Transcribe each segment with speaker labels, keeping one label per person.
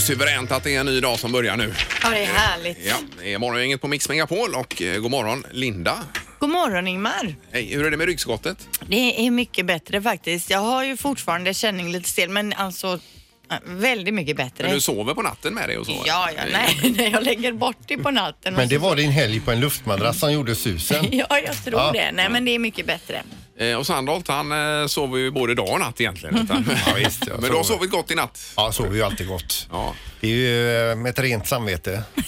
Speaker 1: suveränt att det är en ny dag som börjar nu.
Speaker 2: Ja, det är härligt.
Speaker 1: Ja, det är morgongänget på Mix Megapol och eh, god morgon Linda.
Speaker 2: God morgon Ingmar.
Speaker 1: Hej, hur är det med ryggskottet?
Speaker 2: Det är mycket bättre faktiskt. Jag har ju fortfarande känning lite stel men alltså äh, väldigt mycket bättre.
Speaker 1: Men du sover på natten med det och så?
Speaker 2: Ja, ja, nej, nej, jag lägger bort det på natten.
Speaker 3: Men
Speaker 2: och
Speaker 3: det
Speaker 2: så-
Speaker 3: var din helg på en luftmadrass som gjorde susen.
Speaker 2: Ja, jag tror
Speaker 3: Ja.
Speaker 2: det. Nej, men det är mycket bättre.
Speaker 1: Eh, Och Sandholt han eh, sover ju både dag och natt egentligen. Utan,
Speaker 3: Ja, visst, jag
Speaker 1: Men du har
Speaker 3: sover.
Speaker 1: sovit gott i natt?
Speaker 3: Ja, sover ju alltid gott.
Speaker 1: Ja.
Speaker 3: Det är ju eh, med ett rent samvete så,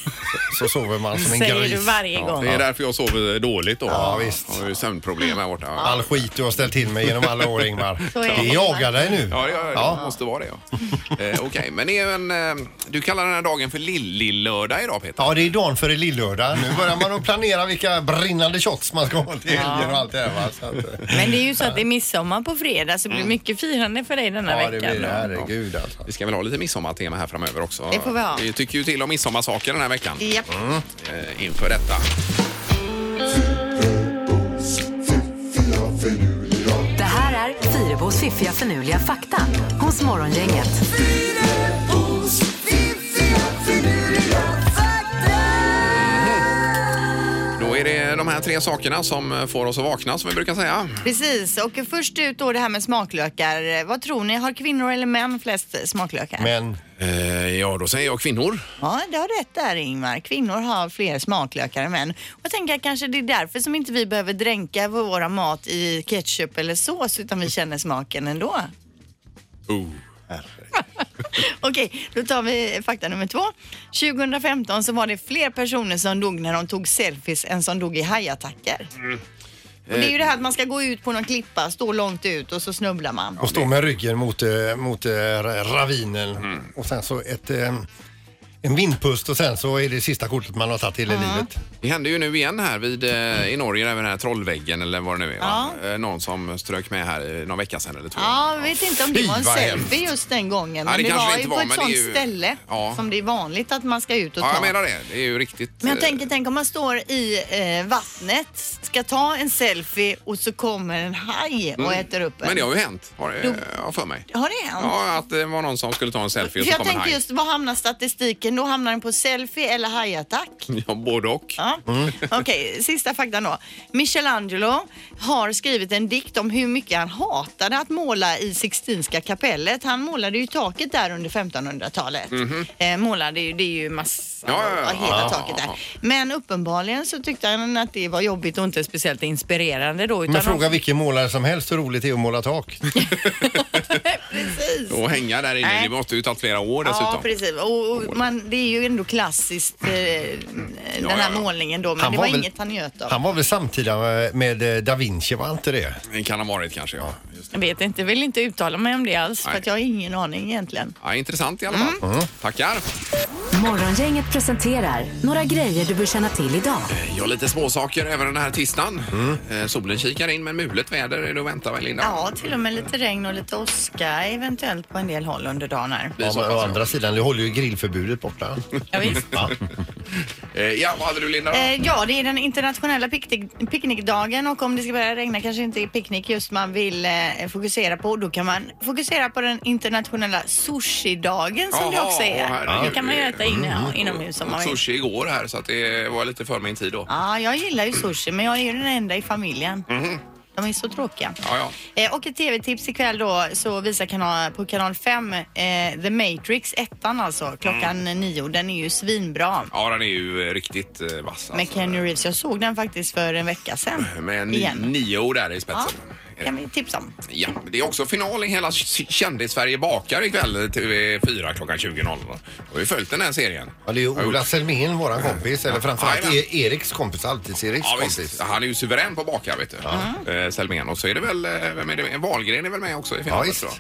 Speaker 3: så sover man som en
Speaker 2: Säger du
Speaker 3: gris.
Speaker 2: varje
Speaker 1: Ja,
Speaker 2: gång.
Speaker 1: det är därför jag sover dåligt då.
Speaker 3: Ja, visst.
Speaker 1: Jag har ju sömnproblem här borta.
Speaker 3: All skit du har ställt till mig genom alla år Ingmar.
Speaker 2: Så är det.
Speaker 3: Det jagar dig nu.
Speaker 1: Ja, det, det måste vara det. Ja. Eh, Okej, men det är ju en, eh, du kallar den här dagen för lill-lördag idag Peter.
Speaker 3: Ja, det är dagen före lillördag. Nu börjar man att planera vilka brinnande shots man ska ha till helgen och allt det här. Va? Så att, eh,
Speaker 2: Men det är ju så att det är midsommar på fredag så det blir mycket firande för dig denna
Speaker 3: Mm. ja, det
Speaker 2: veckan.
Speaker 3: blir det. Herregud alltså.
Speaker 1: Vi ska väl ha lite midsommartema här framöver också.
Speaker 2: Det får vi ha.
Speaker 1: Vi tycker ju till om midsommarsaker den här veckan
Speaker 2: Japp.
Speaker 3: Mm.
Speaker 1: eh, inför detta.
Speaker 4: Det här är Fyrabos fiffiga förnuliga fakta hos Morgongänget.
Speaker 1: Då är det de här tre sakerna som eh, får oss att vakna som vi brukar säga.
Speaker 2: Precis, och först ut då det här med smaklökar. Vad tror ni, har kvinnor eller män flest smaklökar?
Speaker 3: Men
Speaker 1: Eh, ja, då säger jag kvinnor.
Speaker 2: Ja, det har rätt där Ingmar. Kvinnor har fler smaklökar än män. Och jag tänker att kanske det är därför som inte vi behöver dränka våra mat i ketchup eller sås utan vi känner smaken ändå.
Speaker 1: Oh.
Speaker 2: Okej, då tar vi fakta nummer två. 2015 så var det fler personer som dog när de tog selfies än som dog i hajattacker. Och det är ju det här att man ska gå ut på någon klippa, stå långt ut och så snubblar man.
Speaker 3: och stå med ryggen mot, eh, mot eh, ravinen
Speaker 1: Mm.
Speaker 3: och sen så ett, eh, en vindpust och sen så är det sista kortet man har tagit i hela livet.
Speaker 1: Det hände ju nu igen här vid, eh, i Norge, där vid den här trollväggen eller vad det nu är. va? Eh, någon som strök med här i någon vecka sedan eller två.
Speaker 2: Ja, jag vet inte om det
Speaker 3: Fy,
Speaker 2: var en
Speaker 3: vad
Speaker 2: selfie
Speaker 3: hemskt.
Speaker 2: just den gången.
Speaker 1: Nej,
Speaker 2: Men
Speaker 1: det
Speaker 2: det,
Speaker 1: kanske
Speaker 2: var
Speaker 1: det
Speaker 2: ju
Speaker 1: inte
Speaker 2: på
Speaker 1: var,
Speaker 2: ett
Speaker 1: men det är
Speaker 2: sånt
Speaker 1: ju-
Speaker 2: ställe
Speaker 1: Ja.
Speaker 2: som det är vanligt att man ska ut och
Speaker 1: Ja,
Speaker 2: ta.
Speaker 1: jag menar det. Det är ju riktigt...
Speaker 2: Men jag
Speaker 1: eh,
Speaker 2: tänker, tänk om man står i eh, vattnet, ska ta en selfie och så kommer en haj och äter upp en.
Speaker 1: Mm. Men det har ju hänt, har det, eh,
Speaker 2: Jo.
Speaker 1: har för mig.
Speaker 2: Har det hänt?
Speaker 1: Ja, att det var någon som skulle ta en selfie och så
Speaker 2: För jag
Speaker 1: kom en
Speaker 2: tänker
Speaker 1: haj.
Speaker 2: just, vad hamnar statistiken? Då hamnar den på selfie eller hajattack?
Speaker 1: Ja, både och.
Speaker 2: Ja.
Speaker 1: Mm.
Speaker 2: Okej, sista faktan då. Michelangelo har skrivit en dikt om hur mycket han hatade att måla i Sixtinska kapellet. Han målade ju taket där under 1500-talet. Eh, målade ju, det är ju massa,
Speaker 1: Mhm. Ja, ja, ja.
Speaker 2: hela
Speaker 1: Ja,
Speaker 2: taket
Speaker 1: ja,
Speaker 2: där.
Speaker 1: ja.
Speaker 2: Men uppenbarligen så tyckte han att det var jobbigt och inte speciellt inspirerande då. Utan
Speaker 3: Men fråga
Speaker 2: han,
Speaker 3: vilken målare som helst hur roligt det är att måla tak.
Speaker 2: precis.
Speaker 1: Och hänga där inne,
Speaker 2: Nej.
Speaker 1: det måste ju tagit flera år dessutom.
Speaker 2: Ja, precis. Och, och man, det är ju ändå klassiskt, eh, den
Speaker 1: ja,
Speaker 2: här
Speaker 1: ja.
Speaker 2: målningen då. Men det var inget han njöt av.
Speaker 3: han var väl samtida med, med eh, Da Vinci, var inte det?
Speaker 1: Det kan ha varit kanske, ja. Just.
Speaker 2: Jag vet inte, vill inte uttala mig om det alls
Speaker 1: Nej.
Speaker 2: för att jag har ingen aning egentligen.
Speaker 1: Ja, intressant i alla
Speaker 2: Mm.
Speaker 1: fall. Tackar.
Speaker 4: Morgongänget presenterar några grejer du bör känna till idag.
Speaker 1: Eh, Ja, lite småsaker även den här tisdagen. Eh, solen kikar in men mulet väder är det att vänta väl Linda?
Speaker 2: Ja, till och med lite regn och lite åska eventuellt på en del håll under dagen här.
Speaker 1: Det är
Speaker 3: Ja,
Speaker 1: så
Speaker 3: men
Speaker 1: pass,
Speaker 3: å
Speaker 1: ja.
Speaker 3: andra sidan, du håller ju grillförbudet borta.
Speaker 2: Ja, visst.
Speaker 1: Eh, ja, vad hade du Linda? då?
Speaker 2: Eh, ja, det är den internationella picknick- picknickdagen och om det ska börja regna kanske inte är picknick just man vill eh, fokusera på. Då kan man fokusera på den internationella sushidagen som det
Speaker 1: Jaha,
Speaker 2: också
Speaker 1: åh,
Speaker 2: är.
Speaker 1: herregud. Mm.
Speaker 2: Då kan man ju äta inne, inomhus om man vill.
Speaker 1: Sushi igår här så att det var lite för min tid då.
Speaker 2: Ja, jag gillar ju sushi men jag är ju den enda i familjen. De är så tråkiga.
Speaker 1: Mhm. Ja, ja.
Speaker 2: Eh, och ett tv-tips ikväll då så visar kanal, på kanal 5 eh, The Matrix, ettan alltså, klockan nio. Den är ju svinbra.
Speaker 1: Mm. Ja, den är ju eh, riktigt eh, vass.
Speaker 2: Med
Speaker 1: Alltså.
Speaker 2: Kenny Reeves. Jag såg den faktiskt för en vecka sedan.
Speaker 1: Med ni-
Speaker 2: igen.
Speaker 1: nio där i
Speaker 2: Ja,
Speaker 1: spetsen. Är det.
Speaker 2: kan vi tipsa om.
Speaker 1: Ja, det är också final i hela K- Kändis-Sverige bakar ikväll TV4 klockan 20.00. Och vi har följt den här serien.
Speaker 3: Ja, det är ju Ola Selmén, våran kompis, eller framförallt
Speaker 1: Ja, ja.
Speaker 3: E- Eriks kompis, Alltids-Eriks
Speaker 1: Ja, visst.
Speaker 3: kompis.
Speaker 1: Han är ju suverän på att baka, vet du. Eh, Selmén. Och så är det väl, eh, vem är det? Wahlgren är väl med också i
Speaker 3: Ja,
Speaker 1: finalen,
Speaker 3: visst.
Speaker 1: tror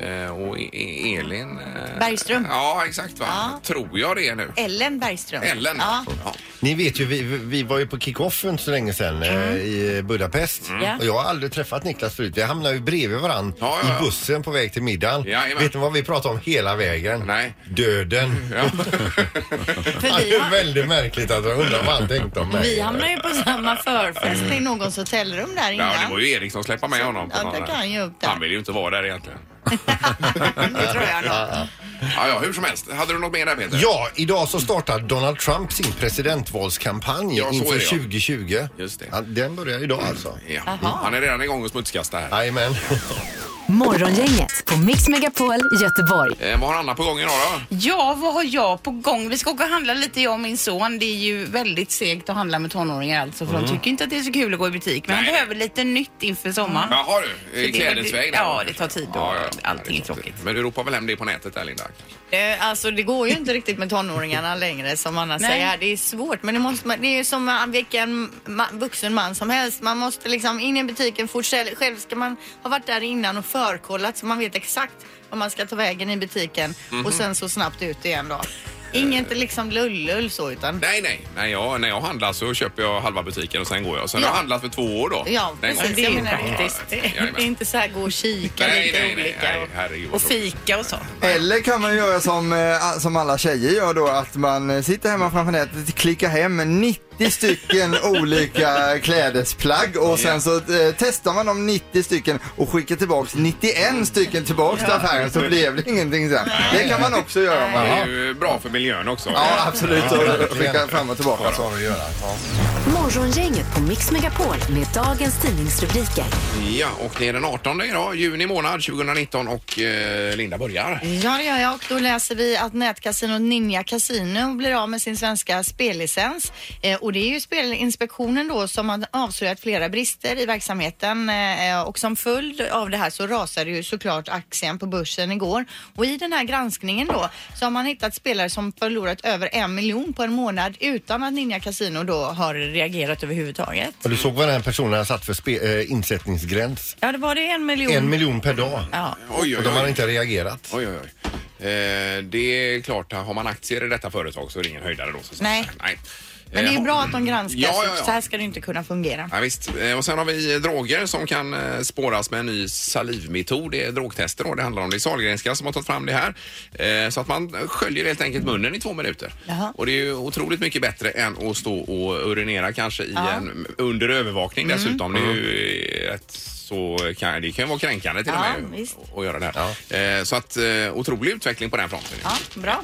Speaker 1: jag. Eh, och E- E- Elin... Eh,
Speaker 2: Bergström.
Speaker 1: Ja, exakt. Va?
Speaker 2: Ja.
Speaker 1: Tror jag det är nu.
Speaker 2: Ellen Bergström.
Speaker 5: Eh,
Speaker 1: Ellen.
Speaker 2: Ja.
Speaker 1: Ja.
Speaker 3: Ni vet ju, vi, vi var ju på kick-off för inte så länge sedan eh, i Budapest.
Speaker 2: Ja.
Speaker 3: Och jag har aldrig träffat Niklas förut. Vi hamnade ju bredvid varann
Speaker 1: Mm. Ja, ja, ja.
Speaker 3: i bussen på väg till middagen.
Speaker 1: Jajamän.
Speaker 3: vet ni vad vi pratade om hela vägen?
Speaker 1: Nej.
Speaker 3: Döden.
Speaker 1: Ja.
Speaker 2: För
Speaker 3: Ja, det
Speaker 2: vi,
Speaker 3: är
Speaker 2: har,
Speaker 3: väldigt märkligt att jag undrar vad han tänkte om mig.
Speaker 2: vi hamnar ju på samma förfest i någons hotellrum där innan.
Speaker 1: ja, det var ju Erik som släppte med honom. på
Speaker 2: Ja,
Speaker 1: någon
Speaker 2: det
Speaker 1: här.
Speaker 2: kan ju upp där.
Speaker 1: Han vill ju inte vara där egentligen.
Speaker 2: det tror jag nog.
Speaker 1: Ja, ja, hur som helst. Hade du något mer där Peter?
Speaker 3: Ja, idag så startar Donald Trump sin presidentvalskampanj
Speaker 1: Ja, så är
Speaker 3: inför
Speaker 1: det, ja.
Speaker 3: 2020.
Speaker 1: Just det.
Speaker 3: Ja, den börjar idag alltså.
Speaker 1: Ja. Han är redan igång och smutskastar här.
Speaker 3: Jajamän.
Speaker 4: Morgongänget på Mix Megapol Göteborg.
Speaker 1: Eh, vad har Anna på gång idag då?
Speaker 5: Ja, vad har jag på gång? Vi ska åka och handla lite jag och min son. Det är ju väldigt segt att handla med tonåringar alltså för de tycker inte att det är så kul att gå i butik. Men
Speaker 1: Mm. Nej.
Speaker 5: han behöver lite nytt inför sommaren.
Speaker 1: Jaha du, i
Speaker 5: Så det-
Speaker 1: klädesväg där.
Speaker 5: Ja, det tar tid och allting
Speaker 1: det
Speaker 5: är tråkigt.
Speaker 1: Men du ropar väl hem det på nätet där Linda?
Speaker 2: Eh, Alltså det går ju inte riktigt med tonåringarna längre som Anna
Speaker 5: Nej.
Speaker 2: säger. Det är svårt men det, måste man, det är ju som med vilken ma- vuxen man som helst. Man måste liksom in i butiken fort. Själv själv ska man ha varit där innan och förkollat så man vet exakt vad man ska ta vägen i butiken
Speaker 1: Mhm.
Speaker 2: och sen så snabbt ut igen då. Inget liksom lullull så utan
Speaker 1: Nej, nej. nej jag, när jag handlar så köper jag halva butiken och sen går jag. Sen har jag
Speaker 2: Ja.
Speaker 1: handlat för två år då.
Speaker 2: Ja,
Speaker 1: Den
Speaker 2: precis.
Speaker 1: gången.
Speaker 2: Jag menar praktiskt.
Speaker 1: Ja,
Speaker 2: Det
Speaker 1: jajamän.
Speaker 2: är inte så här gå och kika
Speaker 1: Nej,
Speaker 2: lite
Speaker 1: nej, nej,
Speaker 2: olika.
Speaker 1: nej. Herregud vad
Speaker 5: Och
Speaker 1: tråkigt.
Speaker 5: fika och så.
Speaker 6: Eller kan man göra som, eh, a- som alla tjejer gör då, att man eh, sitter hemma framför nätet, klickar hem 90 stycken olika klädesplagg och sen så eh, testar man de 90 stycken och skickar tillbaks 91 stycken tillbaks till affären så blev det ingenting sen. Det kan man också göra om man
Speaker 1: Det är
Speaker 6: har.
Speaker 1: ju bra för miljön också.
Speaker 6: Ja, absolut. Och skicka
Speaker 3: verkligen.
Speaker 6: fram och tillbaka.
Speaker 3: Vad sa du göra? Ja.
Speaker 4: Morgongänget på Mix Megapol med dagens tidningsrubriker.
Speaker 1: Ja, och det är den 18 idag, juni månad 2019 och eh, Linda börjar.
Speaker 2: Ja, det gör jag. Och då läser vi att nätkasinot Ninja Casino blir av med sin svenska spellicens. Eh, och det är ju Spelinspektionen då som har avslöjat flera brister i verksamheten eh, och som följd av det här så rasade ju såklart aktien på börsen igår. Och i den här granskningen då så har man hittat spelare som förlorat över en miljon på en månad utan att Ninja Casino då har reagerat överhuvudtaget.
Speaker 3: Och du såg vad den här personen har satt för spe- eh, insättningsgräns?
Speaker 2: Ja, det var det en miljon.
Speaker 1: Mm.
Speaker 3: En miljon per dag.
Speaker 2: ja.
Speaker 1: Oj,
Speaker 3: Och
Speaker 1: oj,
Speaker 3: de har
Speaker 1: oj.
Speaker 3: inte reagerat.
Speaker 1: oj, oj, oj. Eh, det är klart, har man aktier i detta företag så är det ingen höjdare då. Så
Speaker 2: Nej.
Speaker 1: Nej.
Speaker 2: Men det är
Speaker 1: Eh,
Speaker 2: bra att de granskas.
Speaker 1: Ja, ja, ja.
Speaker 2: Så här ska det inte kunna fungera.
Speaker 1: Ja, visst. Eh, Och sen har vi eh, droger som kan eh, spåras med en ny salivmetod. Det är drogtester då. det handlar om. Det är Sahlgrenska som har tagit fram det här. Eh, Så att man sköljer helt enkelt munnen i två minuter.
Speaker 2: Jaha.
Speaker 1: Och det är ju otroligt mycket bättre än att stå och urinera kanske i en, under övervakning
Speaker 2: Mm.
Speaker 1: dessutom. Det är ju eh, rätt så kan, det kan ju vara kränkande till
Speaker 2: Ja,
Speaker 1: och med
Speaker 2: visst.
Speaker 1: att göra det här. Eh, Så att eh, otrolig utveckling på den fronten.
Speaker 2: Ja, bra.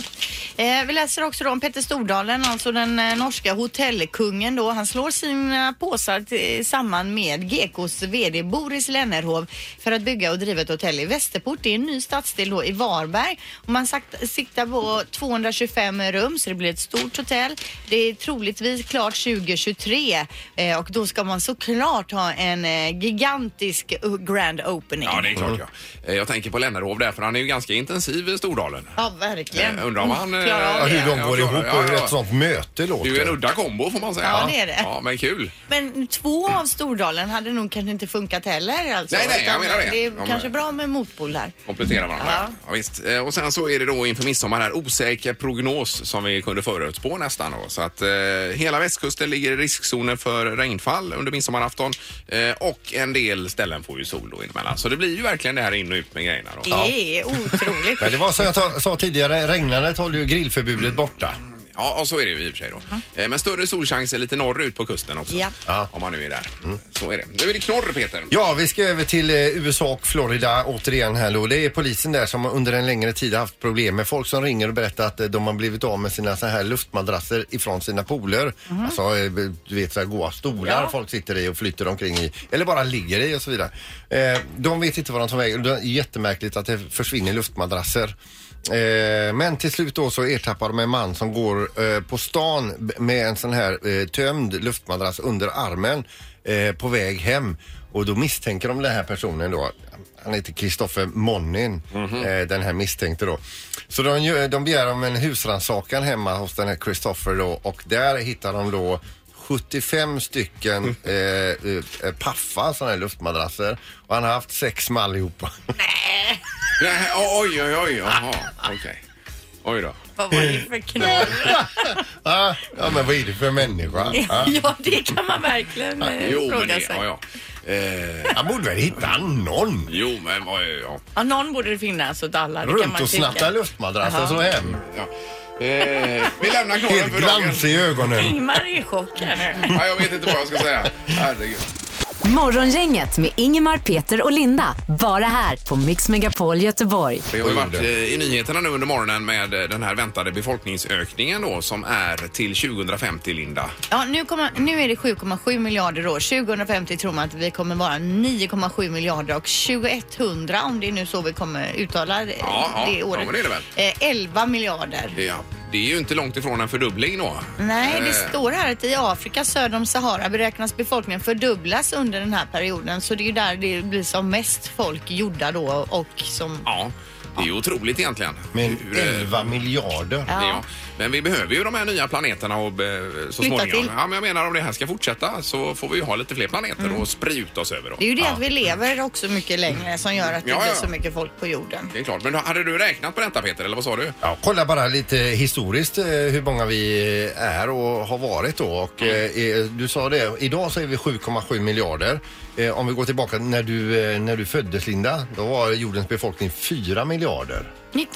Speaker 2: Eh, vi läser också då om Petter Stordalen, alltså den eh, norska hotellkungen då. Han slår sina påsar t- samman med Gekos VD Boris Lennerhov för att bygga och driva ett hotell i Västerport. Det är en ny stadsdel då i Varberg och man sagt, siktar på 225 rum så det blir ett stort hotell. Det är troligtvis klart 2023 eh, och då ska man såklart ha en eh, gigantisk eh, grand opening.
Speaker 1: Ja, det är klart ja. Eh, Jag tänker på Lennerhov där för han är ju ganska intensiv i Stordalen.
Speaker 2: Ja, verkligen. Mm,
Speaker 1: Eh, undrar om han, eh,
Speaker 2: Klarar
Speaker 3: Ja,
Speaker 2: av
Speaker 3: hur
Speaker 2: det.
Speaker 3: de
Speaker 1: Ja,
Speaker 3: går
Speaker 1: jag
Speaker 3: ihop
Speaker 1: klarar det.
Speaker 3: och hur
Speaker 1: Ja, ja.
Speaker 3: ett sånt möte
Speaker 1: Det är ju en
Speaker 3: låter.
Speaker 1: udda kombo får man säga.
Speaker 2: Ja, det är det.
Speaker 1: Ja, men kul.
Speaker 2: Men två av Stordalen hade nog kanske inte funkat heller. Alltså.
Speaker 1: Nej, nej, jag
Speaker 2: Utan
Speaker 1: menar det.
Speaker 2: Det är
Speaker 1: Ja, men-
Speaker 2: kanske bra med motpol här.
Speaker 1: Komplettera varandra. Ja.
Speaker 2: Ja.
Speaker 1: visst. Eh, Och sen så är det då inför midsommar här osäker prognos som vi kunde förutspå nästan. Då. Så att eh, hela västkusten ligger i riskzonen för regnfall under midsommarafton eh, och en del ställen får ju sol då inemellan. Så det blir ju verkligen det här in och ut med grejerna då.
Speaker 2: Det är otroligt.
Speaker 3: Men det var som jag ta- sa tidigare, regnandet håller ju grillförbudet borta.
Speaker 1: Ja, och så är det ju i och för sig då. Eh, Men större solchanser lite norrut på kusten också.
Speaker 2: Ja.
Speaker 3: Ja.
Speaker 1: Om man nu är där. Så är det. Nu är det knorr Peter.
Speaker 3: Ja, vi ska över till eh, USA och Florida återigen här då. Det är polisen där som under en längre tid har haft problem med folk som ringer och berättar att eh, de har blivit av med sina så här luftmadrasser ifrån sina pooler. Alltså, eh, du vet så här goa stolar folk sitter i och flyter omkring i. Eller bara ligger i och så vidare. Eh, de vet inte vad de tar vägen. Det är jättemärkligt att det försvinner luftmadrasser. Eh, men till slut då så ertappar de en man som går eh, på stan b- med en sån här eh, tömd luftmadrass under armen eh, på väg hem. Och då misstänker de den här personen då. Han heter Kristoffer Monnin,
Speaker 2: Mhm.
Speaker 3: eh, den här misstänkte då. Så de, gör- de begär om en husrannsakan hemma hos den här Kristoffer då och där hittar de då 75
Speaker 2: Mm.
Speaker 3: stycken eh, eh, paffar, såna här luftmadrasser. Och han har haft sex med allihopa.
Speaker 1: Nej, oj, oj, oj. Jaha, okej. Oj då.
Speaker 2: Vad var det för knorr?
Speaker 3: ah, ja, men vad är det för människa? Ah.
Speaker 2: Ja, det kan man verkligen eh,
Speaker 1: Jo, men
Speaker 2: fråga
Speaker 1: det,
Speaker 2: sig.
Speaker 1: ja, ja.
Speaker 2: Ja,
Speaker 1: Eh,
Speaker 3: Han borde väl hitta någon.
Speaker 1: jo, men vad... Ja.
Speaker 2: någon borde det finnas åt alla. Det kan
Speaker 3: Runt
Speaker 2: man
Speaker 3: och
Speaker 2: tycka.
Speaker 3: snatta luftmadrasser så hem.
Speaker 1: Ja. Eh, vi lämnar knorren
Speaker 3: Helt
Speaker 1: för dagen.
Speaker 2: Mm.
Speaker 3: glans i ögonen.
Speaker 2: Ingmar är chockad.
Speaker 1: Ja, jag vet inte vad jag ska säga. Herregud.
Speaker 4: Morgongänget med Ingemar, Peter och Linda. Bara här på Mix Megapol Göteborg.
Speaker 1: Det har ju varit eh, i nyheterna nu under morgonen med eh, den här väntade befolkningsökningen då som är till 2050, Linda.
Speaker 2: Ja, nu, kommer, nu är det 7,7 miljarder år. 2050 tror man att vi kommer vara 9,7 miljarder och 2100 om det är nu så vi kommer uttala det,
Speaker 1: Ja, ja,
Speaker 2: det
Speaker 1: ja,
Speaker 2: året.
Speaker 1: men det är det väl.
Speaker 2: Eh, 11 miljarder.
Speaker 1: Ja, det är ju inte långt ifrån en fördubbling då.
Speaker 2: Nej, det
Speaker 1: Eh,
Speaker 2: står här att i Afrika söder om Sahara beräknas befolkningen fördubblas under den här perioden. Så det är ju där det blir som mest folk gjorda då och som...
Speaker 1: Ja, det är ju otroligt egentligen.
Speaker 3: Men
Speaker 1: Hur, eh,
Speaker 3: 11 miljarder.
Speaker 1: Ja.
Speaker 2: Ja.
Speaker 1: Men vi behöver ju de här nya planeterna och, eh, så
Speaker 2: Flytta
Speaker 1: småningom.
Speaker 2: till.
Speaker 1: Ja, men jag menar om det här ska fortsätta så får vi ju ha lite fler planeter och spruta oss över. Då.
Speaker 2: Mm. Det är ju det att vi lever också mycket längre som gör att det
Speaker 1: Ja,
Speaker 2: blir
Speaker 1: ja.
Speaker 2: så mycket folk på jorden.
Speaker 1: Det är klart. Men hade du räknat på detta Peter, eller vad sa du?
Speaker 3: Ja, kolla bara lite historiskt eh, hur många vi är och har varit då. Och,
Speaker 1: Mm.
Speaker 3: eh, eh, du sa det, idag så är vi 7,7 miljarder. Eh, Om vi går tillbaka när du, eh, när du föddes Linda, då var jordens befolkning 4 miljarder.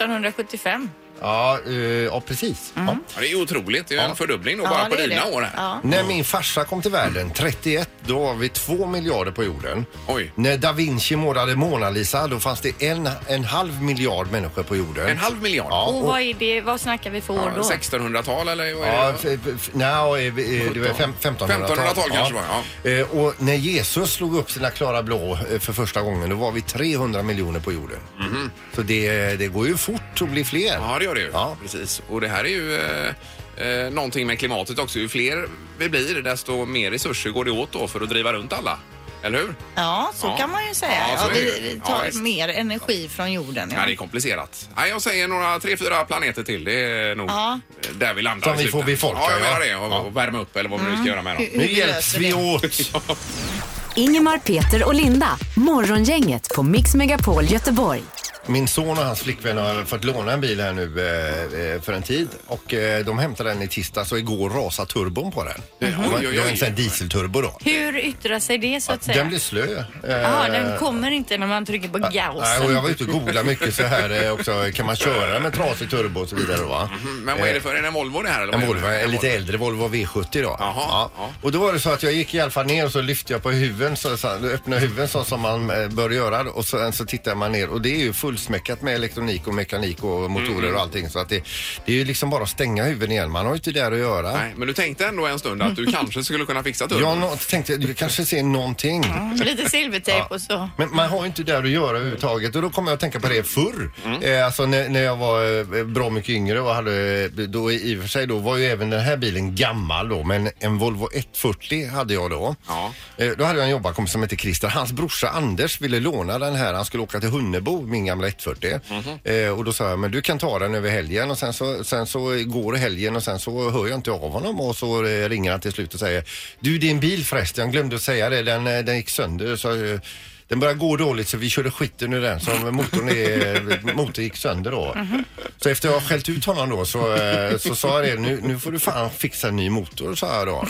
Speaker 2: 1975.
Speaker 3: Ja, eh, ja precis. Ja.
Speaker 1: Ja, det är ju otroligt. Det är ju en fördubbling då
Speaker 2: Ja,
Speaker 1: bara på
Speaker 2: det är
Speaker 1: dina
Speaker 2: det.
Speaker 1: år här.
Speaker 2: Ja.
Speaker 3: När min farsa kom till världen 31, då var vi 2 miljarder på jorden.
Speaker 1: Oj.
Speaker 3: När da Vinci målade Mona Lisa, då fanns det en, en halv miljard människor på jorden.
Speaker 1: En halv miljard?
Speaker 3: Ja,
Speaker 7: Och vad, är det, vad snackar vi för
Speaker 1: Ja,
Speaker 7: år då?
Speaker 1: 1600-tal eller vad är
Speaker 3: Ja,
Speaker 1: det?
Speaker 3: f- f- nej, eh, eh, det var fem- 1500-tal.
Speaker 1: 1500-tal kanske det var,
Speaker 3: Eh, Och när Jesus slog upp sina klara blå eh, för första gången, då var vi 300 miljoner på jorden. Så det, det går ju fort att bli fler.
Speaker 1: Mhm. Ja, det gör det ju.
Speaker 3: Ja.
Speaker 1: Precis. Och det här är ju eh, eh, någonting med klimatet också. Ju fler vi blir, desto mer resurser går det åt då för att driva runt alla. Eller hur?
Speaker 2: Ja, så
Speaker 1: Ja.
Speaker 2: kan man ju säga.
Speaker 1: Ja,
Speaker 2: Ja,
Speaker 1: så är det
Speaker 2: vi
Speaker 1: ju.
Speaker 2: vi
Speaker 1: Ja,
Speaker 2: tar
Speaker 1: visst.
Speaker 2: mer energi från jorden.
Speaker 1: Ja, det är
Speaker 2: Ja.
Speaker 1: komplicerat. Nej, jag säger några tre, fyra planeter till. Det är nog
Speaker 2: Ja.
Speaker 1: där vi landar
Speaker 3: Som
Speaker 1: i
Speaker 3: vi
Speaker 1: slutet.
Speaker 3: får befolka,
Speaker 1: Ja, jag menar
Speaker 3: ja. Mm.
Speaker 1: det. Och, och värma upp eller vad vi nu ska göra med dem.
Speaker 2: Hur-
Speaker 3: Nu
Speaker 2: hur löser
Speaker 3: hjälps vi
Speaker 2: det?
Speaker 3: åt.
Speaker 4: Ingemar, Peter och Linda. Morgongänget på Mix Megapol Göteborg.
Speaker 3: Min son och hans flickvän har fått låna en bil här nu eh, eh, för en tid och eh, de hämtade den i tisdags och igår rasade turbon på den. Det var-
Speaker 1: Oj, oj, oj.
Speaker 3: Det var en sån här dieselturbo då.
Speaker 7: Hur yttrar sig det så att säga?
Speaker 3: Den blev slö.
Speaker 7: Jaha,
Speaker 3: Eh,
Speaker 7: den kommer inte när man trycker på
Speaker 3: Nej, och
Speaker 7: gaussen.
Speaker 3: jag var ute och googlade mycket så här eh, också. Kan man köra med trasig turbo och så vidare va?
Speaker 1: Mhm,
Speaker 3: Eh,
Speaker 1: Men vad är det för en Volvo det här? Eller
Speaker 3: En
Speaker 1: vad är det?
Speaker 3: Volvo, en lite äldre Volvo V70 då.
Speaker 1: Jaha,
Speaker 3: Ja.
Speaker 1: ja.
Speaker 3: Och då var det så att jag gick i alla fall ner och så lyfte jag på huven, så, så, öppnade huven så som man eh, bör göra och sen så tittar man ner och det är ju fullsmäckat med elektronik och mekanik och motorer och allting så att det, det är ju liksom bara att stänga huven igen. Man har ju inte där att göra.
Speaker 1: Nej, men du tänkte ändå en stund att du kanske skulle kunna fixa turbon.
Speaker 3: Jag nå- tänkte, du kanske ser någonting.
Speaker 7: Lite silvertejp och så.
Speaker 3: Men man har ju inte där att göra överhuvudtaget och då kommer jag att tänka på det förr. Eh, alltså när, när jag var eh, bra mycket yngre och hade, eh, då i och för sig då var ju även den här bilen gammal då men en Volvo 140 hade jag då.
Speaker 1: Ja.
Speaker 3: Eh, då hade jag en jobbarkompis som hette Christer. Hans brorsa Anders ville låna den här. Han skulle åka till Hunnebo, min gamla 140. eh, och då sa jag, men du kan ta den över helgen och sen så, sen så går helgen och sen så hör jag inte av honom och så eh, ringer han till slut och säger, du din bil förresten, jag glömde att säga det, den, eh, den gick sönder. Så, eh, den började gå dåligt så vi körde skiten ur den så motorn, är, motorn gick sönder då. Så efter jag har skällt ut honom då så, eh, så sa jag det, nu, nu får du fan fixa en ny motor sa jag då.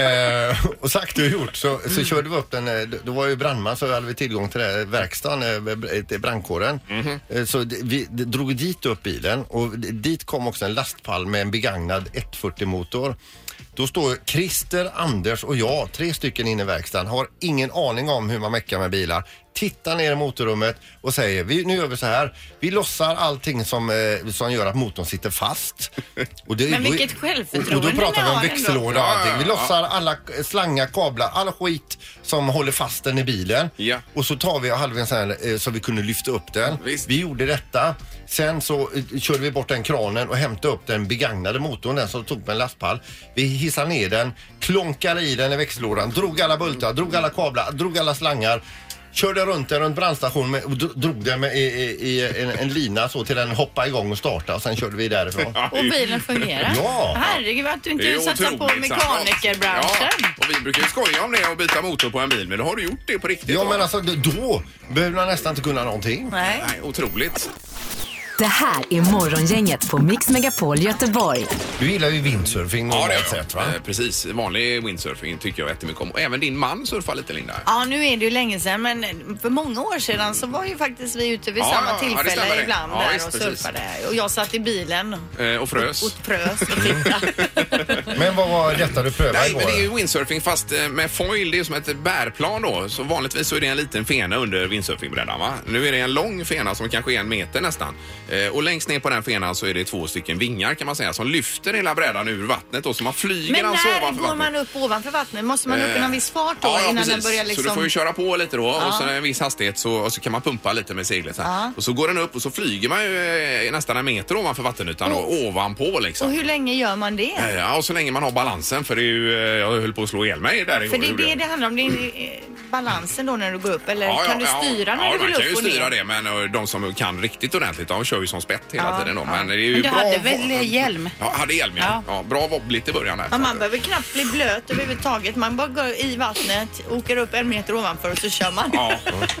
Speaker 3: Eh, och sagt och gjort så, så körde vi upp den. eh, Då var jag ju brandman så hade vi tillgång till det här verkstaden, eh, br- till brandkåren. Eh, Så d- vi d- drog dit upp bilen och d- dit kom också en lastpall med en begagnad 140-motor. Då står Christer, Anders och jag, tre stycken inne i verkstaden, har ingen aning om hur man meckar med bilar. Tittar ner i motorrummet och säger vi, nu gör vi så här. Vi lossar allting som, eh, som gör att motorn sitter fast. Och det,
Speaker 7: Men
Speaker 3: då-
Speaker 7: vilket självförtroende
Speaker 3: Och då pratar
Speaker 7: ni
Speaker 3: vi om
Speaker 7: har ändå.
Speaker 3: växellåda
Speaker 1: Ja,
Speaker 3: och
Speaker 1: ja,
Speaker 3: allting. Vi
Speaker 1: ja.
Speaker 3: lossar lossar alla k- slangar, kablar, all skit som håller fast den i bilen.
Speaker 1: Ja.
Speaker 3: Och så tar vi och halv en sån här eh, så vi kunde lyfta upp den.
Speaker 1: Visst.
Speaker 3: Vi gjorde detta. Sen så eh, körde vi bort den kranen och hämtade upp den begagnade motorn, den som tog med en lastpall. Vi hissade ner den, klonkade i den i växellådan, drog alla bultar, drog alla kablar, drog alla slangar. Körde runt den runt brandstationen med, och dro- drog den med, i, i, i en, en lina så till den hoppade igång och startade och sen körde vi därifrån.
Speaker 7: Och bilen fungerar.
Speaker 3: Ja.
Speaker 7: Herregud att du inte vill satsa på
Speaker 1: otroligt sant.
Speaker 7: mekanikerbranschen.
Speaker 1: Ja, och vi brukar ju skoja om det och byta motor på en bil, men då har du gjort det på riktigt.
Speaker 3: Ja
Speaker 1: då.
Speaker 3: men alltså då behöver man nästan inte kunna någonting.
Speaker 7: Nej.
Speaker 1: Nej, otroligt.
Speaker 4: Det här är Morgongänget på Mix Megapol Göteborg.
Speaker 3: Du gillar ju windsurfing
Speaker 1: Ja, det
Speaker 3: normalt
Speaker 1: gör
Speaker 3: sett va?
Speaker 1: jag. Eh, Precis. Vanlig windsurfing tycker jag jättemycket om. Och även din man surfar lite, Linda.
Speaker 2: Ja, nu är det ju länge sedan, men för många år sedan så var ju faktiskt vi ute vid
Speaker 1: Ja,
Speaker 2: samma
Speaker 1: ja, ja, det
Speaker 2: tillfälle
Speaker 1: stämmer det.
Speaker 2: ibland
Speaker 1: Ja,
Speaker 2: där
Speaker 1: visst,
Speaker 2: och
Speaker 1: precis.
Speaker 2: surfade. Och jag satt i bilen
Speaker 1: Eh, Och frös.
Speaker 2: och frös och tittade.
Speaker 3: Men vad var detta du prövade
Speaker 1: Nej, men
Speaker 3: igår?
Speaker 1: det är ju windsurfing fast eh, med foil. Det är ju som ett bärplan då. Så vanligtvis så är det en liten fena under windsurfingbrädan va? Nu är det en lång fena som kanske är en meter nästan. Eh, och längst ner på den fenan så är det två stycken vingar kan man säga som lyfter hela brädan ur vattnet och så man flyger
Speaker 2: Men
Speaker 1: alltså
Speaker 2: när
Speaker 1: ovanför
Speaker 2: går
Speaker 1: vattnet. Eh,
Speaker 2: man upp ovanför vattnet? Måste man upp i någon viss fart då
Speaker 1: Ja, ja,
Speaker 2: innan den
Speaker 1: precis.
Speaker 2: börjar
Speaker 1: Så du får
Speaker 2: liksom...
Speaker 1: ju köra på lite då och sen en viss hastighet så, och så kan man pumpa lite med seglet. Så här.
Speaker 2: Ja.
Speaker 1: Och så går den upp och så flyger man ju eh, nästan en meter ovanför vattenytan och ovanpå liksom.
Speaker 2: Oh. Och hur länge gör man det?
Speaker 1: Eh, Ja, och så länge man har balansen för det är ju, eh, jag höll på att slå ihjäl mig där
Speaker 2: För
Speaker 1: igår.
Speaker 2: det är
Speaker 1: gjorde
Speaker 2: det
Speaker 1: jag.
Speaker 2: det handlar om. Det är eh, balansen då när du går upp. Eller
Speaker 1: Ja, ja,
Speaker 2: kan du
Speaker 1: ja.
Speaker 2: styra när
Speaker 1: ja,
Speaker 2: du vill
Speaker 1: man kan
Speaker 2: upp
Speaker 1: ju
Speaker 2: och
Speaker 1: styra
Speaker 2: ner?
Speaker 1: det men eh, de som kan riktigt ordentligt de kör ju som spett hela
Speaker 2: Ja,
Speaker 1: tiden då.
Speaker 2: ja.
Speaker 1: Men det är ju
Speaker 5: Men du
Speaker 1: bra
Speaker 5: hade
Speaker 1: vo-
Speaker 5: väl hjälm?
Speaker 1: Ja, hade hjälm ja. ja.
Speaker 5: Ja.
Speaker 1: bra wobbligt i början där.
Speaker 2: eh, Ja, man behöver knappt bli blöt överhuvudtaget. Man bara går i vattnet, åker upp en meter ovanför och så kör man.
Speaker 1: Ja,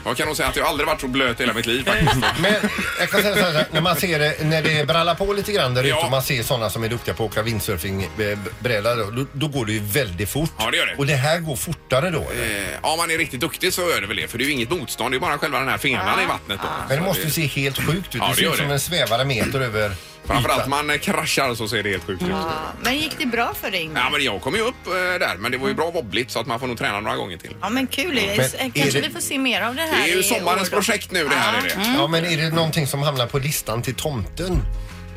Speaker 1: jag kan nog säga att jag aldrig varit så blöt i hela mitt liv faktiskt.
Speaker 3: Men jag kan säga så här, när man ser det, när det brallar på lite grann där ute
Speaker 1: Ja.
Speaker 3: och man ser sådana som är duktiga på att åka windsurfingbräda då, då- då går det ju väldigt fort.
Speaker 1: Ja, det gör det.
Speaker 3: Och det här går fortare då. eller?
Speaker 1: Eh, Ja, om man är riktigt duktig så gör det väl det. För det är ju inget motstånd, det är bara själva den här fenan i vattnet då.
Speaker 3: Men det
Speaker 1: Så
Speaker 3: måste ju
Speaker 1: det-
Speaker 3: se helt sjukt ut.
Speaker 1: Ja,
Speaker 3: det
Speaker 1: det
Speaker 3: ser
Speaker 1: gör
Speaker 3: ut som
Speaker 1: det.
Speaker 3: en svävare meter över
Speaker 1: Framförallt
Speaker 3: ytan.
Speaker 1: man eh, kraschar så ser det helt sjukt ut.
Speaker 2: Ja, Men gick det bra för dig Ingmar?
Speaker 1: Ja, men jag kom ju upp eh, där, men det
Speaker 2: Mm.
Speaker 1: var ju bra wobbligt så att man får nog träna några gånger till.
Speaker 2: Ja men kul.
Speaker 3: Men är
Speaker 2: Kanske
Speaker 3: det-
Speaker 2: vi får se mer av det
Speaker 1: Det
Speaker 2: här
Speaker 1: är
Speaker 2: i
Speaker 1: ju
Speaker 2: år
Speaker 1: sommarens
Speaker 2: då.
Speaker 1: projekt nu det här är det.
Speaker 3: Ja, men är det någonting som hamnar på listan till tomten?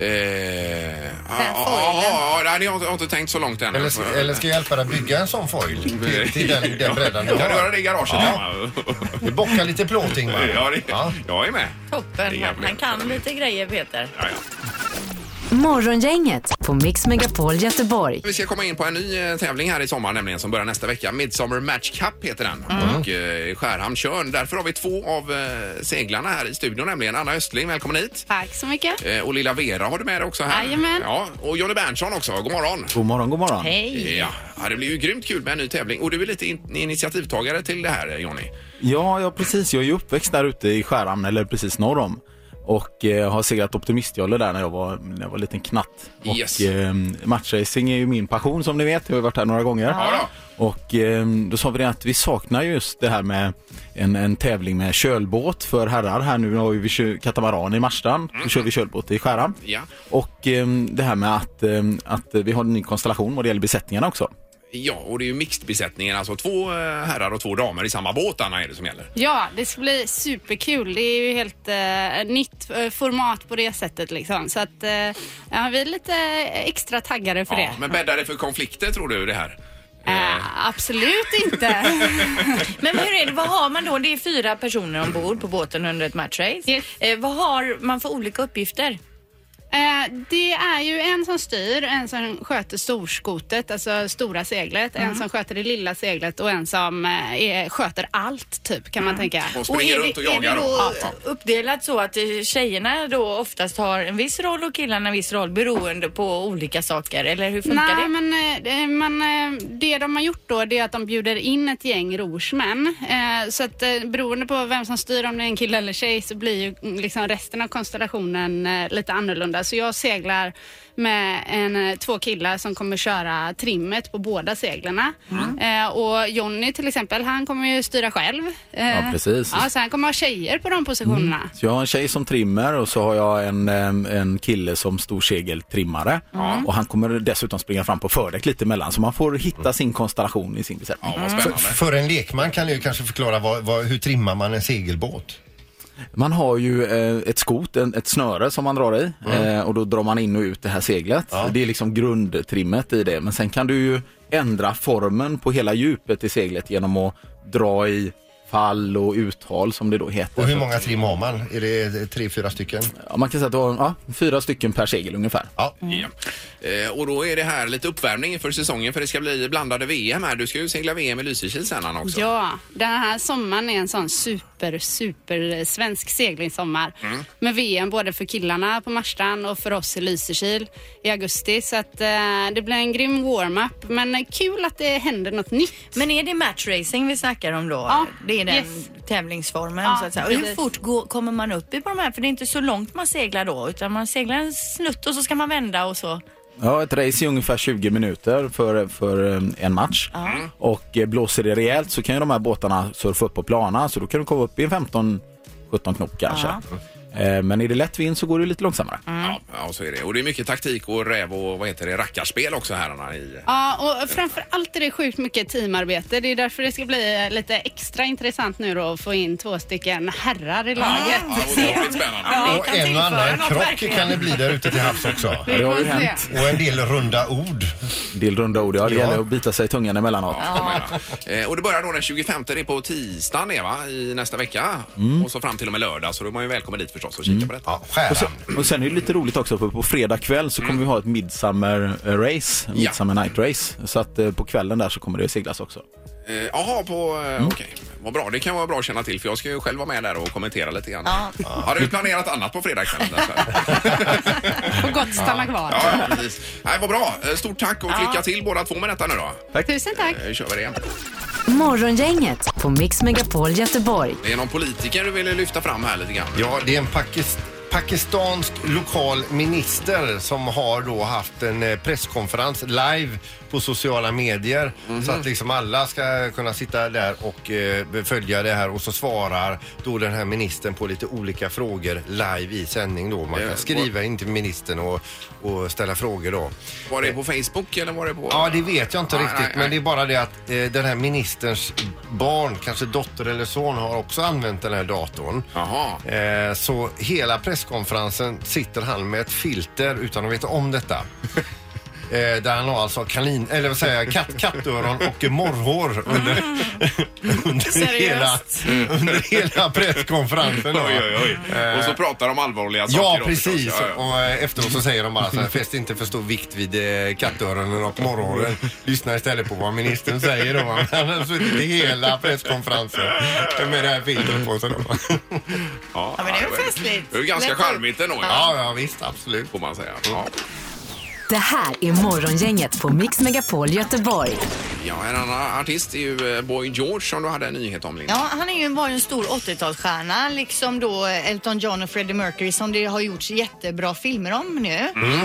Speaker 1: Eh, ja,
Speaker 2: Den
Speaker 1: ja,
Speaker 2: foilen.
Speaker 1: ja, ja, nej, jag har inte- jag har inte tänkt så långt än.
Speaker 3: Eller, ska- eller ska jag hjälpa dig att bygga en sån foil till, till den, den brädan du
Speaker 1: Kan du göra
Speaker 3: har?
Speaker 1: det i garaget?
Speaker 3: Ja.
Speaker 1: Ja,
Speaker 3: Vi bockar lite plåt Ingmar.
Speaker 1: ja, det,
Speaker 3: Ja.
Speaker 1: jag är med.
Speaker 7: Toppen.
Speaker 1: Inga
Speaker 7: Han,
Speaker 1: problem.
Speaker 7: han kan lite grejer, Peter.
Speaker 1: Ja, ja.
Speaker 4: Morgongänget på Mix Megapol Göteborg.
Speaker 1: Vi ska komma in på en ny eh, tävling här i sommar nämligen som börjar nästa vecka. Midsummer Match Cup heter den
Speaker 3: Mm.
Speaker 1: och eh, Skärhamn Tjörn. Därför har vi två av eh, seglarna här i studion nämligen. Anna Östling, välkommen hit.
Speaker 8: Tack så mycket.
Speaker 1: Eh, och lilla Vera har du med dig också här.
Speaker 8: Jajamän.
Speaker 1: Ja, och Jonny Berntsson också. God morgon.
Speaker 9: God morgon, god morgon.
Speaker 7: Hej.
Speaker 1: Ja, ja, det blir ju grymt kul med en ny tävling och du är lite in- initiativtagare till det här eh, Jonny.
Speaker 9: Ja, ja, precis. Jag är ju uppväxt där ute i Skärhamn, eller precis norr om. Och eh, har seglat optimistjolle där när jag var, när jag var liten knatt. Och
Speaker 1: Yes.
Speaker 9: eh, matchracing är ju min passion som ni vet. Jag har ju varit här några gånger.
Speaker 1: Ja
Speaker 9: Och eh, då sa vi det att vi saknar just det här med en, en tävling med kölbåt för herrar. Här nu har ju vi kö- katamaran i Marstrand. Då kör vi kölbåt i Skärhamn.
Speaker 1: Mm. Ja.
Speaker 9: Och eh, det här med att, eh, att vi har en ny konstellation vad det gäller besättningarna också.
Speaker 1: Ja, och det är ju mixedbesättningen, alltså två eh, herrar och två damer i samma båt, Anna, är det som gäller.
Speaker 8: Ja, det ska bli superkul. Det är ju helt eh, ett nytt eh, format på det sättet liksom. Så att eh, ja, vi är lite extra taggade för
Speaker 1: Ja,
Speaker 8: det.
Speaker 1: men bäddar det för konflikter, tror du, det här?
Speaker 8: Eh, absolut inte.
Speaker 7: Men hur är det, vad har man då? Det är fyra personer ombord på båten under ett matchrace.
Speaker 8: Yes.
Speaker 7: Eh, vad har man för olika uppgifter?
Speaker 8: Eh, det är ju en som styr, en som sköter storskotet, alltså stora seglet, en som sköter det lilla seglet och en som eh, är, sköter allt typ kan man tänka.
Speaker 1: Och springer
Speaker 7: är
Speaker 1: runt och
Speaker 7: det, är
Speaker 1: jagar
Speaker 7: det
Speaker 1: dem.
Speaker 7: då
Speaker 8: eh,
Speaker 7: uppdelat så att eh, tjejerna då oftast har en viss roll och killarna en viss roll beroende på olika saker? Eller hur funkar
Speaker 8: Nej,
Speaker 7: det?
Speaker 8: men, eh, eh, man, eh, det de har gjort då det är att de bjuder in ett gäng rorsmän. Eh, så att eh, beroende på vem som styr, om det är en kille eller tjej, så blir ju mm, liksom resten av konstellationen eh, lite annorlunda. Så jag seglar med en, eh, två killar som kommer köra trimmet på båda seglarna.
Speaker 7: Mm.
Speaker 8: Eh, och Jonny till exempel, han kommer ju styra själv. Eh,
Speaker 9: Ja, precis.
Speaker 8: Ja, så han kommer ha tjejer på de positionerna.
Speaker 9: Så jag har en tjej som trimmer och så har jag en, eh, en kille som stor segeltrimmare.
Speaker 3: Mm.
Speaker 9: Och han kommer dessutom springa fram på fördäck lite emellan så man får hitta sin konstellation i sin besättning.
Speaker 1: Ja, vad
Speaker 8: Mm.
Speaker 1: spännande.
Speaker 3: För en lekman kan du ju kanske förklara vad, vad, hur trimmar man en segelbåt?
Speaker 9: Man har ju eh, ett skot, en, ett snöre som man drar i
Speaker 3: Mm.
Speaker 9: eh, och då drar man in och ut det här seglet. Det är liksom grundtrimmet i det. Men sen kan du ju ändra formen på hela djupet i seglet genom att dra i fall och uthåll som det då heter.
Speaker 3: Och hur många trim har man? Är det tre, fyra stycken?
Speaker 9: Ja, man kan säga att du har ja, fyra stycken per segel ungefär.
Speaker 3: Ja.
Speaker 1: Ja. Eh, och då är det här lite uppvärmning inför säsongen för det ska bli blandade VM här. Du ska ju segla VM i Lysekil sen Anna också.
Speaker 8: Ja, den här sommaren är en sån super, super eh, svensk seglingssommar. Med VM både för killarna på Marstrand och för oss i Lysekil i augusti. Så att eh, det blir en grym warm-up. Men eh, kul att det händer något nytt.
Speaker 7: Men är det matchracing vi snackar om då?
Speaker 8: Ja,
Speaker 7: det är är den
Speaker 8: Yes.
Speaker 7: tävlingsformen.
Speaker 8: Ja,
Speaker 7: så att säga. Och hur
Speaker 8: precis.
Speaker 7: fort går, kommer man upp i på de här? För det är inte så långt man seglar då utan man seglar en snutt och så ska man vända och så.
Speaker 9: Ja, ett race är ungefär 20 minuter för, för eh, en match. Och eh, blåser det rejält så kan ju de här båtarna surfa upp på plana så då kan du komma upp i en 15-17 knop kanske. Eh, Men är det lätt vind så går det lite långsammare.
Speaker 1: Ja, ja, så är det. Och det är mycket taktik och räv och vad heter det, rackarspel också herrarna i...
Speaker 8: Ja, och framför allt är det sjukt mycket teamarbete. Det är därför det ska bli eh, lite extra intressant nu då att få in två stycken herrar i laget.
Speaker 1: Ja, otroligt spännande.
Speaker 3: Och en och annan krock kan det bli där ute till havs också.
Speaker 9: Ja, det har ju
Speaker 8: får se.
Speaker 9: hänt
Speaker 3: Och en del runda ord.
Speaker 9: en del runda ord. Ja, det
Speaker 3: Ja.
Speaker 9: gäller att bita sig i tungan emellanåt.
Speaker 1: Ja. Eh, Och det börjar då den 25, det är på tisdagen det, va? i nästa vecka. Och så fram till och med lördag, så då är man ju välkommen dit förstås och kika på detta.
Speaker 3: Ja, skäran.
Speaker 9: Och sen är det lite roligt också för på fredag kväll så kommer vi ha ett midsummer eh, race, midsummer night race. Så att eh, på kvällen där så kommer det seglas också.
Speaker 1: Eh, Jaha, på... eh,
Speaker 3: Mm.
Speaker 1: Okej, vad bra. Det kan vara bra att känna till för jag ska ju själv vara med där och kommentera lite grann. Ja. Har du planerat annat på fredagskvällen? där, så här?
Speaker 8: Får gott stanna kvar.
Speaker 1: ja, ja, precis. Nej, vad bra. Eh, Stort tack och lycka till båda två med detta nu då.
Speaker 8: Tusen tack.
Speaker 1: Eh, kör vi det igen.
Speaker 4: Morgongänget på Mix Megapol Göteborg.
Speaker 1: Det är någon politiker du ville lyfta fram här lite grann.
Speaker 3: Ja, det är en pakist pakistansk lokal minister som har då haft en eh, presskonferens live på sociala medier så
Speaker 1: Mhm.
Speaker 3: att liksom alla ska kunna sitta där och eh, följa det här och så svarar då den här ministern på lite olika frågor live i sändning då. Man
Speaker 1: Eh,
Speaker 3: kan skriva in till ministern och, och ställa frågor då.
Speaker 1: Var det på Facebook eller var det på...
Speaker 3: Ja, det vet jag inte
Speaker 1: Nej,
Speaker 3: riktigt.
Speaker 1: nej, nej.
Speaker 3: Men det är bara det att eh, den här ministerns barn, kanske dotter eller son, har också använt den här datorn.
Speaker 1: Jaha.
Speaker 3: Eh, Så hela presskonferensen sitter han med ett filter utan att veta om detta. Eh, Där han har alltså kanin, eller vad säger jag, katt, kattöron och morrhår
Speaker 1: Ah.
Speaker 3: under, under, hela, under hela presskonferensen. då.
Speaker 1: Oj, oj, oj. Och så pratar de allvarliga saker
Speaker 3: Eh. Ja,
Speaker 1: då
Speaker 3: precis.
Speaker 1: förstås. Ja, ja.
Speaker 3: Och eh, efteråt så säger de bara så här, fäst inte för stor vikt vid eh, kattöronen och morgonen. Lyssna istället på vad ministern säger då. va. Han har suttit i hela presskonferensen med det här filtret på sig då.
Speaker 1: Ja,
Speaker 2: men det är väl
Speaker 1: var-
Speaker 2: festligt.
Speaker 1: Det är ju ganska
Speaker 2: Lätt upp.
Speaker 1: charmigt ändå, ja.
Speaker 3: Ja, ja visst, absolut.
Speaker 1: får man säga. Ja.
Speaker 4: Det här är Morgongänget på Mix Megapol Göteborg.
Speaker 1: ja, en annan artist är ju eh, Boy George som du hade en nyhet om, Linda.
Speaker 2: Ja, han är ju, var ju en stor 80-talsstjärna, liksom då Elton John och Freddie Mercury som det har gjorts jättebra filmer om nu.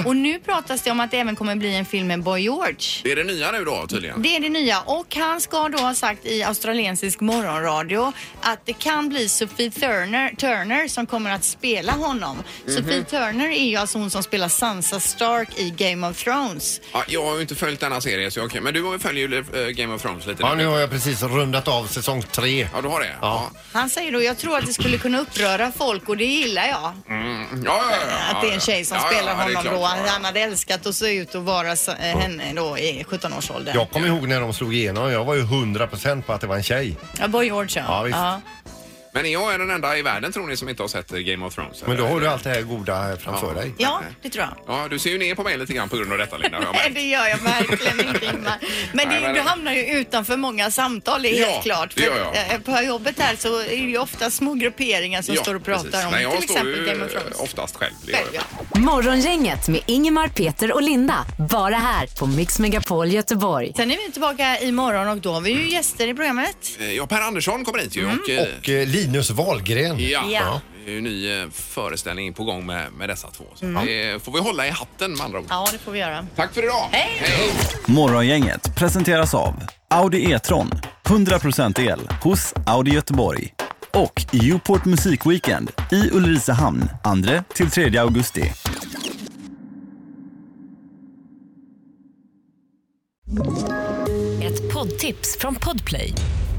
Speaker 2: Och nu pratas det om att det även kommer bli en film med Boy George.
Speaker 1: Det är det nya nu då tydligen.
Speaker 2: Det är det nya och han ska då ha sagt i australiensisk morgonradio att det kan bli Sophie Turner, Turner som kommer att spela honom.
Speaker 1: Mhm.
Speaker 2: Sophie Turner är ju alltså hon som spelar Sansa Stark i Game of Thrones.
Speaker 1: Ja, jag har ju inte följt denna serie, så jag kan... men du följer ju eh, Game of Thrones lite.
Speaker 3: Ja, nu har jag precis rundat av säsong tre.
Speaker 1: ja du har det?
Speaker 3: Ja.
Speaker 2: Han säger då, jag tror att det skulle kunna uppröra folk och det gillar jag.
Speaker 1: Mm. Ja, ja, ja, ja,
Speaker 2: Att det är en tjej som
Speaker 1: ja,
Speaker 2: spelar
Speaker 1: ja, ja, det är
Speaker 2: honom
Speaker 1: klart.
Speaker 2: då.
Speaker 1: Ja, ja.
Speaker 2: Han hade älskat att se ut och vara så- eh, henne då i 17-årsåldern.
Speaker 3: Jag kommer ihåg när de slog igenom. Jag var ju 100% på att det var en tjej.
Speaker 2: Ja, Boy George
Speaker 3: Ja, visst.
Speaker 1: Men jag är den enda i världen tror ni som inte har sett eh, Game of Thrones?
Speaker 3: Men då
Speaker 1: eller?
Speaker 3: har du allt det här goda framför dig.
Speaker 2: Ja, det tror jag.
Speaker 1: Ja, du ser ju ner på mig lite grann på grund av detta Linda. har jag
Speaker 2: Nej,
Speaker 1: märkt.
Speaker 2: det gör jag verkligen inte Ingmar. Men, det,
Speaker 1: Nej, men-
Speaker 2: du hamnar ju utanför många samtal, det är
Speaker 1: Ja,
Speaker 2: helt klart.
Speaker 1: det gör jag.
Speaker 2: eh, På jobbet här så är det ju ofta små grupperingar som
Speaker 1: Ja,
Speaker 2: står och pratar
Speaker 1: precis.
Speaker 2: om
Speaker 1: Nej, jag
Speaker 2: till
Speaker 1: står
Speaker 2: exempel
Speaker 1: ju
Speaker 2: Game of Thrones.
Speaker 1: eh, oftast själv. Det gör
Speaker 2: Själv,
Speaker 1: jag.
Speaker 2: ja.
Speaker 4: Morgongänget med Ingemar, Peter och Linda. Bara här på Mix Megapol Göteborg.
Speaker 2: Sen är vi tillbaka imorgon och då har vi ju gäster i programmet.
Speaker 1: Eh, Ja, Per Andersson kommer hit ju. Och, eh,
Speaker 3: Och eh, Linus Wahlgren.
Speaker 1: Ja,
Speaker 2: Mm. Ja.
Speaker 1: det är ju en ny eh, föreställning på gång med, med dessa två. Så det får vi hålla i hatten med andra ord.
Speaker 2: Mm. Ja, det får vi göra.
Speaker 1: Tack för idag! Hej.
Speaker 10: Morgongänget presenteras av Audi E-tron. 100% el hos Audi Göteborg. Och Uport Musikweekend i Ulricehamn 2-3 augusti.
Speaker 11: Ett poddtips från Podplay.